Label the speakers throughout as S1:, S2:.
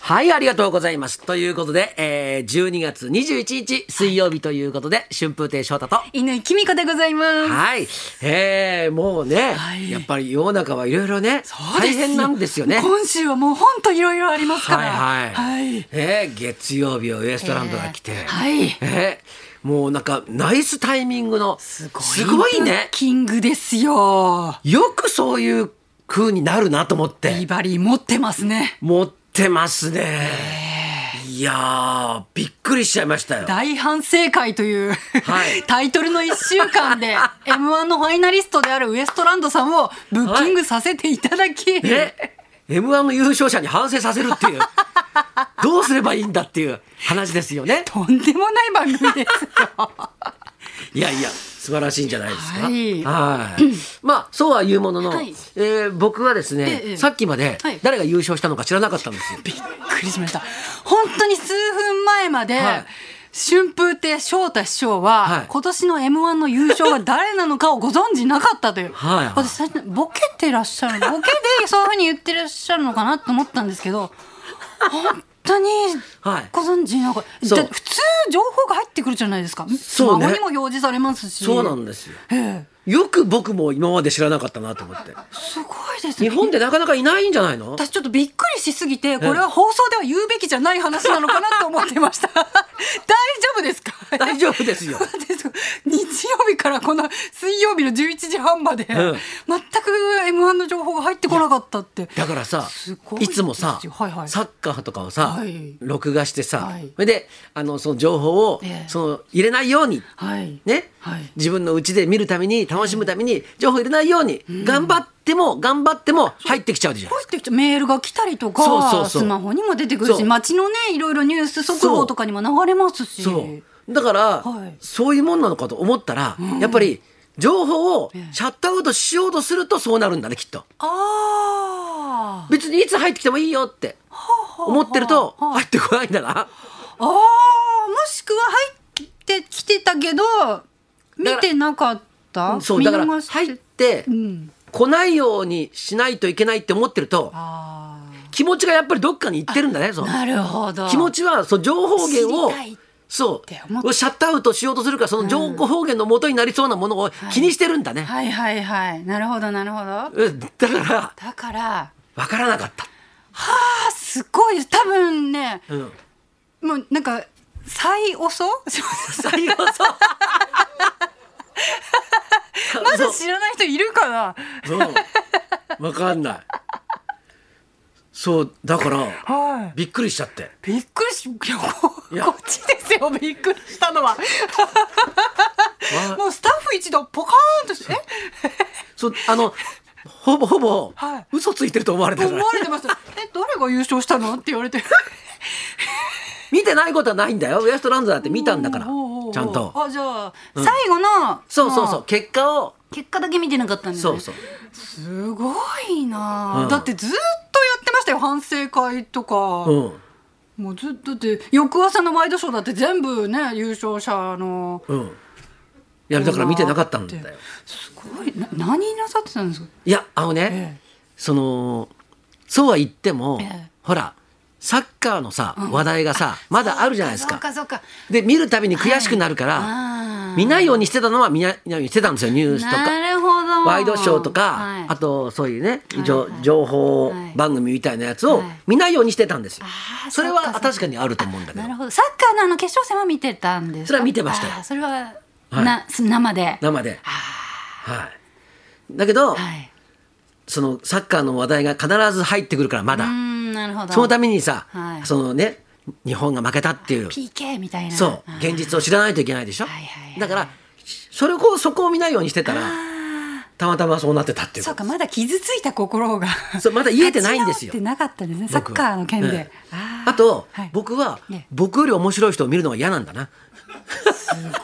S1: はい、ありがとうございます。ということで、えー、12月21日水曜日ということで、春風亭昇太と、
S2: 犬井美子でございます。
S1: はい、えー、もうね、
S2: はい
S1: やっぱり世の中はいろいろね、
S2: そう
S1: 大変なんですよね。
S2: 今週はもう本当いろいろありますから。
S1: はいはい、
S2: はい。
S1: えー月曜日はウエストランドが来て、
S2: えーはい
S1: えーもうなんかナイスタイミングの
S2: すごい。
S1: いね
S2: キングですよ。
S1: よくそういう風になるなと思っ
S2: ビ
S1: て
S2: バリー持ってますね。
S1: 持ってますね、いやーびっくりしちゃいましたよ
S2: 大反省会という、
S1: はい
S2: タイトルの1週 間で M1 のファイナリストであるウエストランドさんをブッキングさせていただき、
S1: え M1 の優勝者に反省させるっていうどうすればいいんだっていう話ですよね
S2: とんでもない番組ですよ。
S1: いやいや素晴らしいんじゃないですか
S2: はい
S1: はいまあそうは言うものの、
S2: はい
S1: えー僕はですね、
S2: ええ
S1: さっきまで
S2: はい
S1: 誰が優勝したのか知らなかったんですよ、
S2: びっくりしました本当に数分前まで、
S1: はい
S2: 春風亭昇太師匠は、
S1: はい
S2: 今年の m 1の優勝は誰なのかをご存知なかったという、
S1: はいはい
S2: 私最初ボケてらっしゃるボケでそういうふうに言ってらっしゃるのかなと思ったんですけど本当に
S1: はい
S2: ご存知なかった、
S1: そう
S2: だって普通情報が入ってくるじゃないですかス
S1: そう
S2: マ
S1: ね
S2: ホにも表示されますし
S1: そうなんですよ
S2: ええ
S1: よく僕も今まで知らなかったなと思って
S2: すごいですね
S1: 日本でなかなかいないんじゃない の
S2: 私ちょっとびっくりしすぎてこれは放送では言うべきじゃない話なのかなと思っ てました大丈夫ですか
S1: 大 丈夫ですよ
S2: そうなんですよ日曜日からこの水曜日の11時半まで、
S1: ん
S2: 全く m 1の情報が入ってこなかったって
S1: だからさ
S2: すごい
S1: い
S2: です
S1: つ
S2: よ
S1: もさ、
S2: はいはい
S1: サッカーとかをさ、
S2: はい
S1: 録画してさ、
S2: はい
S1: それであのその情報を、
S2: ええ
S1: その入れないように、
S2: はい
S1: ね
S2: はい
S1: 自分の家で見るために楽しむために情報入れないように、頑張っても頑張っても入ってきちゃうじゃん。
S2: 入ってきちゃうメールが来たりとか
S1: そうそうそう
S2: スマホにも出てくる
S1: そ
S2: し
S1: う
S2: 街のねいろいろニュース速報とかにも流れますし
S1: そうだから、
S2: はい
S1: そういうもんなのかと思ったら、やっぱり情報をシャットアウトしようとするとそうなるんだねきっと。
S2: あー
S1: 別にいつ入ってきてもいいよって思ってると
S2: はあはあ
S1: 入ってこないんだな。
S2: あーもしくは入ってきてたけど見てなかった
S1: そうだから
S2: 見逃して
S1: 入って
S2: うん
S1: 来ないようにしないといけないって思ってると
S2: あ
S1: 気持ちがやっぱりどっかに行ってるんだねそ
S2: ー
S1: う
S2: なるほど
S1: 気持ちはそう情報源を
S2: 知りたい
S1: そ
S2: て思っ
S1: うシャットアウトしようとするからその情報源の元になりそうなものを気にしてるんだね、
S2: はいはいはいなるほどなるほど
S1: うんだから
S2: だから
S1: 分からなかった、
S2: あすごいです多分ね
S1: うん、
S2: もうなんか最遅
S1: 最後そう
S2: まだ知らない人いるかな
S1: そう分かんないそうだから
S2: はい
S1: びっくりしちゃって
S2: びっくりしいやこ
S1: いや
S2: こっちですよびっくりしたのは
S1: わ
S2: もうスタッフ一同ポカーンとして
S1: そうあのほぼほぼ
S2: はい
S1: 嘘ついてると思われて
S2: え
S1: る
S2: 思われてましたえ誰が優勝したのって言われて
S1: 見てないことはないんだよウエストランドだって見たんだから
S2: おうおうおう
S1: ちゃんと
S2: あじゃあ最後の
S1: そうそうそう
S2: まあ
S1: 結果を
S2: 結果だけ見てなかったんです
S1: そ
S2: ね
S1: うそう
S2: すごいなあ、
S1: うん
S2: だってずっとやってましたよ反省会とか、
S1: うん
S2: もうずっとだって翌朝のワイドショーだって全部ね優勝者の
S1: うんいやだから見てなかったんだ
S2: だ
S1: よ
S2: ってすごいな何なさってたんですか
S1: いやあのね、
S2: ええ
S1: そのそうは言っても、
S2: ええ
S1: ほらサッカーのさ、話題がさまだあるじゃないです
S2: そう
S1: か
S2: かそうか
S1: で見るたびに悔しくなるから、
S2: あー
S1: 見ないようにしてたのは見な見ないようにしてたんですよニュースとか
S2: なるほど
S1: ワイドショーとか、
S2: はい
S1: あとそういうね、
S2: はい
S1: 情
S2: はい
S1: 情報
S2: はい
S1: 番組みたいなやつを
S2: はい
S1: 見ないようにしてたんですよ、
S2: あー
S1: それ
S2: そっ
S1: は
S2: かそっか
S1: 確かにあると思うんだけど
S2: なるほどサッカーのあの決勝戦は見てたんですか
S1: それは見てましたよ
S2: あーそれは、
S1: はい
S2: な生で
S1: 生で、はい、だけど、
S2: はい
S1: そのサッカーの話題が必ず入ってくるからま
S2: うー
S1: だ、
S2: んなるほど
S1: そのためにさ、
S2: はい
S1: そのね日本が負けたっていう
S2: PK みたいな
S1: そう
S2: あー
S1: 現実を知らないといけないでしょ、
S2: はいはいはい
S1: だからそれをそこを見ないようにしてたらたまたまそうなってたっていう
S2: そうかまだ傷ついた心が
S1: そうまだ癒えてないんですよ
S2: 立ち直ってなかったんですねサッ
S1: 僕は
S2: カーの件で、
S1: ええ
S2: あー
S1: あと、
S2: はい
S1: 僕は、
S2: ええ
S1: 僕より面白い人を見るのが嫌なんだ な
S2: す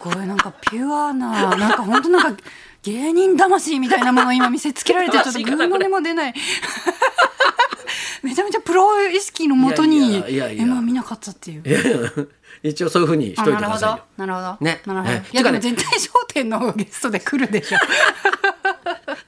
S2: ごいなんかピュアななんか本当なんか芸人魂みたいなものを今見せつけられてち ょっと
S1: 魂
S2: 群
S1: かな
S2: 馬でも出ない めちゃめちゃプロ意識のもと
S1: い
S2: に
S1: やいやいやいや
S2: M は見なかったっていう
S1: いやいや一応そういうふうにし
S2: あ
S1: といて
S2: な
S1: く
S2: るほ
S1: ださい
S2: ど
S1: よ
S2: なるほど
S1: ね
S2: なるほど、
S1: ええ
S2: い
S1: てか
S2: やで
S1: ね
S2: も絶対『笑点』のゲストで来る でしょ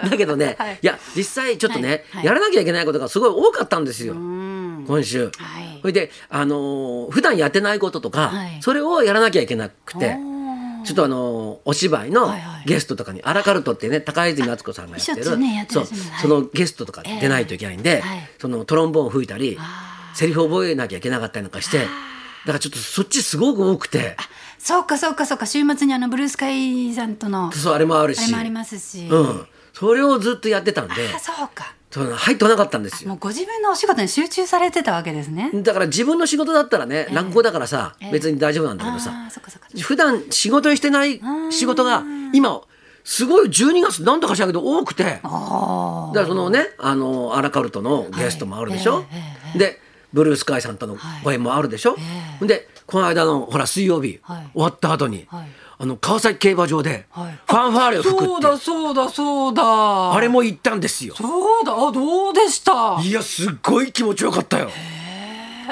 S1: だけどね、
S2: はい
S1: い、や実際ちょっとね、
S2: はいはい
S1: やらなきゃいけないことがすごい多かったんですよ、
S2: うん
S1: 今週
S2: はい
S1: それで、あのー普段やってないこととか、
S2: はい
S1: それをやらなきゃいけなくて、
S2: おー
S1: ちょっとあのーお芝居の
S2: はいはい
S1: ゲストとかに、アラカルトってね、高泉敦子さんがやって
S2: しょっちゅ
S1: る、
S2: うねやって
S1: そ
S2: ら
S1: う
S2: っしゃいますはい
S1: そのゲストとか出ないといけないんで、
S2: えはい
S1: そのトロンボーン吹いたり、
S2: あー
S1: セリフ覚えなきゃいけなかったりなんかして、だからちょっとそっちすごく多くて、
S2: そうかそうかそうか週末にあのブルースカイさんとの
S1: そう、あれもある
S2: あ
S1: し、
S2: れもありますし、
S1: うん、それをずっとやってたんで、
S2: あそうか
S1: その入ってこなかったんですよ
S2: もう。ご自分のお仕事に集中されてたわけですね、
S1: だから自分の仕事だったらね、落語だからさ、
S2: ええ
S1: 別に大丈夫なんだけ
S2: あ
S1: どさ、
S2: あそっかそっか
S1: 普段仕事にしてない
S2: ー
S1: 仕事が今すごい12月なんとかしらけど多くてだか
S2: ああ
S1: らそのねあのアラカルトのゲストもあるでしょ、
S2: はいええええ
S1: でブルースカイさんとの
S2: はい
S1: ご縁もあるでしょ、
S2: え
S1: でこの間のほら水曜日、
S2: はい
S1: 終わった後に、
S2: はい
S1: あの川崎競馬場でフ
S2: はい
S1: ァンファーレを吹く
S2: そう
S1: っていう
S2: だそうだそうだ
S1: あれも行ったんですよ
S2: そうだあどうでした
S1: いやすっごい気持ちよかったよ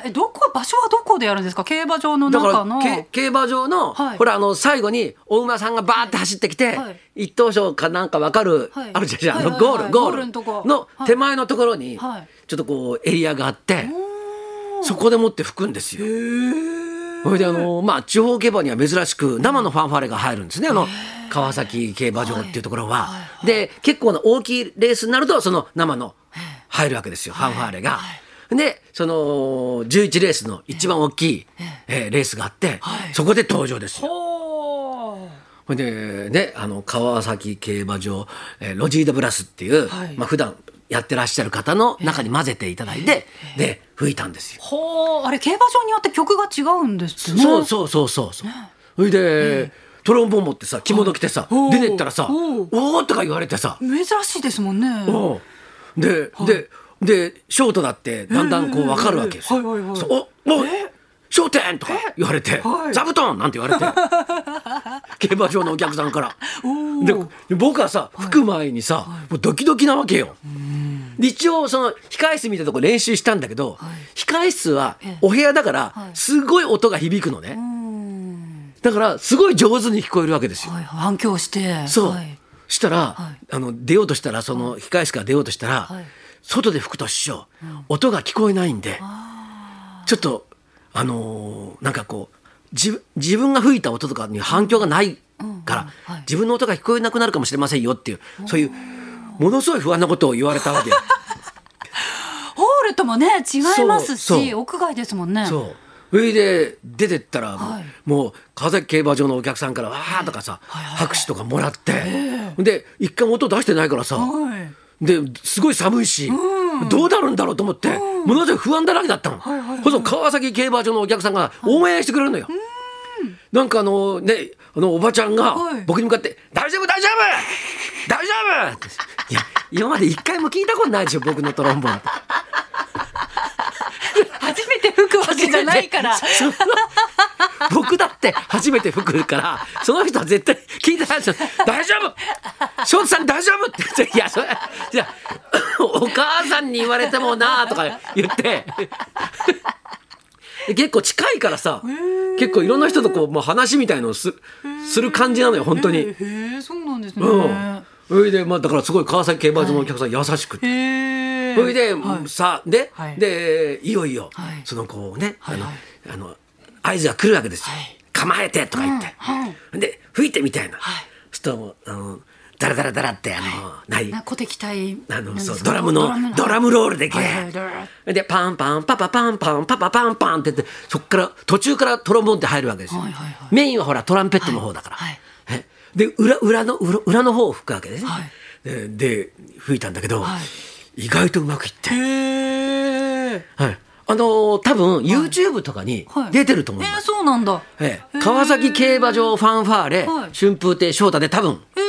S2: えどこ場所はどこでやるんですか競馬場の
S1: だから
S2: 中の
S1: け競馬場の、
S2: はい
S1: ほらあの最後にお馬さんがバーって走ってきて、
S2: はい
S1: 一等賞かなんか分かる、
S2: はい
S1: あるじゃん、
S2: はい
S1: あ
S2: は
S1: の
S2: い
S1: ゴール、
S2: はい
S1: ゴー
S2: ゴール
S1: ル
S2: のとこ
S1: の
S2: はい
S1: 手前のところに、
S2: はい
S1: ちょっとこうエリアがあって、そこでもって吹くんですよ。それであのまあ地方競馬には珍しく生のファンファレが入るんですねあの川崎競馬場っていうところは。で結構な大きいレースになるとその生の入るわけですよファンファーレが。でその11レースの一番大きい、えーレースがあって、
S2: はい
S1: そこで登場ですよ。
S2: ほー
S1: ほんでねあの川崎競馬場、えーロジード・ブラスっていう、
S2: はい
S1: まあ普段やってらっしゃる方の中に混ぜていただいて、で吹いたんですよ。
S2: ほーあれ競馬場によって曲が違うんですね
S1: そうそうそうそうそう。それで、トロンボーン持ってさ着物着てさ、
S2: おう
S1: 出てったらさ「
S2: おう
S1: おお」とか言われてさ「
S2: 珍しいですもんね
S1: おうで、ででショートだってだんだんこう分かるわけですよ。
S2: ええええはいはいはい
S1: そうおおい
S2: え
S1: 商店とか言われて、
S2: はい
S1: 座布団なんて言われて 競馬場のお客さんから
S2: お
S1: で
S2: ー
S1: で僕はさ吹く前にさ、もうドキドキなわけよ。で一応その控室みたいなとこ練習したんだけど、控室は
S2: ええ
S1: お部屋だから
S2: はい
S1: すごい音が響くのね
S2: うー、ん
S1: だからすごい上手に聞こえるわけですよ。
S2: はいはい反響して
S1: そう、
S2: はい
S1: したら、
S2: はい
S1: あの出ようとしたらその控室から出ようとしたら、
S2: はい
S1: 外で吹くと師匠、音が聞こえないんでちょっとあのーなんかこう自自分が吹いた音とかに反響がないから、
S2: はい
S1: 自分の音が聞こえなくなるかもしれませんよっていうそういうものすごい不安なことを言われたわけよ。
S2: ホールともね違います
S1: そうそう
S2: し屋外ですもんね
S1: そうそれで出てったら、
S2: はい
S1: もう川崎競馬場のお客さんから「わー」とかさ、拍手とかもらって、で一回も音出してないからさ、
S2: はい
S1: ですごい寒いし、どうなるんだろうと思って、ものすごい不安だらけだったの、
S2: いはいはい
S1: その川崎競馬場のお客さんが応援してくれるのよ、なんかあのねあのおばちゃんが
S2: はい
S1: 僕に向かって「大丈夫大丈夫大丈夫!」っていや今まで一回も聞いたことないでしょ僕のトロンボーン
S2: 初めて吹くわけじゃないから
S1: その僕だって初めて服るからその人は絶対聞いてないですよ「大丈夫翔太さん大丈夫!」って言って「いやそれいやお母さんに言われてもな」とか言ってで結構近いからさ結構いろんな人とこうもう話みたいのをすする感じなのよ本当
S2: へ
S1: に。
S2: えそうなんですね
S1: うんそれでまあだからすごい川崎競馬場のお客さん優しくて
S2: へえ
S1: それで、
S2: はい
S1: さで、
S2: はい
S1: でいよいよ、
S2: はい
S1: そのこうね、
S2: はいはい
S1: あのあの合図が来るわけですよ、
S2: はい
S1: 構えてとか言って、
S2: うん
S1: で吹いてみたいな、
S2: はい
S1: そしたらもうあのダラダラダラってあの、ない
S2: な小敵隊
S1: あの
S2: なんです
S1: そ
S2: か
S1: うドラムのドラムロールでけ、
S2: はいはいドラ
S1: でパンパンパパパンパンパパパンパンってやってそっから途中からトロンボーンって入るわけですよ、
S2: はいはいは
S1: メインはほらトランペットの方だから、
S2: はい
S1: えで裏裏の裏裏の方を吹くわけですね、
S2: はい
S1: でで吹いたんだけど、
S2: は
S1: 意外とうまくいって
S2: へえ
S1: はい、あのー多分 YouTube とかに
S2: はい
S1: 出てると思い
S2: え
S1: ま
S2: ー
S1: す、
S2: そうなんだ
S1: ええ川崎競馬場ファンファーレ、
S2: はい
S1: 春風亭昇太で多分
S2: へー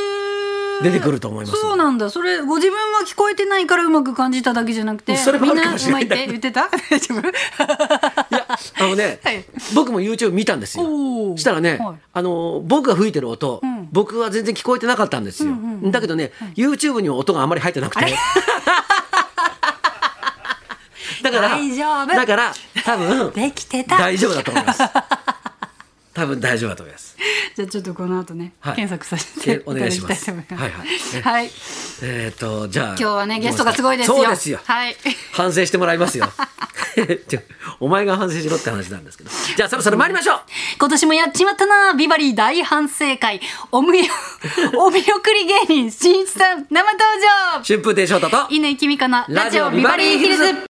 S1: 出てくると思います
S2: そうなんだそれご自分は聞こえてないからうまく感じただけじゃなくて
S1: それも
S2: み
S1: あ
S2: ん
S1: るか
S2: な
S1: も
S2: う
S1: しれな
S2: まい
S1: い
S2: って言ってた 大丈夫
S1: いやあのね、
S2: はい
S1: 僕も YouTube 見たんですよ
S2: おー
S1: したらね、
S2: はい
S1: あのー僕が吹いてる音、
S2: ん
S1: 僕は全然聞こえてなかったんですよ、だけどね、YouTube には音があんまり入ってなくてだから
S2: 大丈夫
S1: だから多分
S2: できてた
S1: 大丈夫だと思います多分大丈夫だと思います。
S2: じゃあちょっとこの後ね、
S1: はい
S2: 検索させていた
S1: お
S2: だ
S1: 願い
S2: き
S1: したま
S2: いと
S1: す。
S2: 思います。
S1: はいはい。ね
S2: はい
S1: えっ、とじゃあ
S2: 今日はねゲストがすごいですよ。
S1: そうですよ。
S2: はい。
S1: 反省してもらい ますよ。ちょお前が反省しろって話なんですけど。じゃあそろそろ参りましょう。
S2: 今年もやっちまったなビバリー大反省会 おみお見送り芸人しんいちさん生登場
S1: 春風亭昇太と
S2: 稲井君香のラジオビバリーヒルズ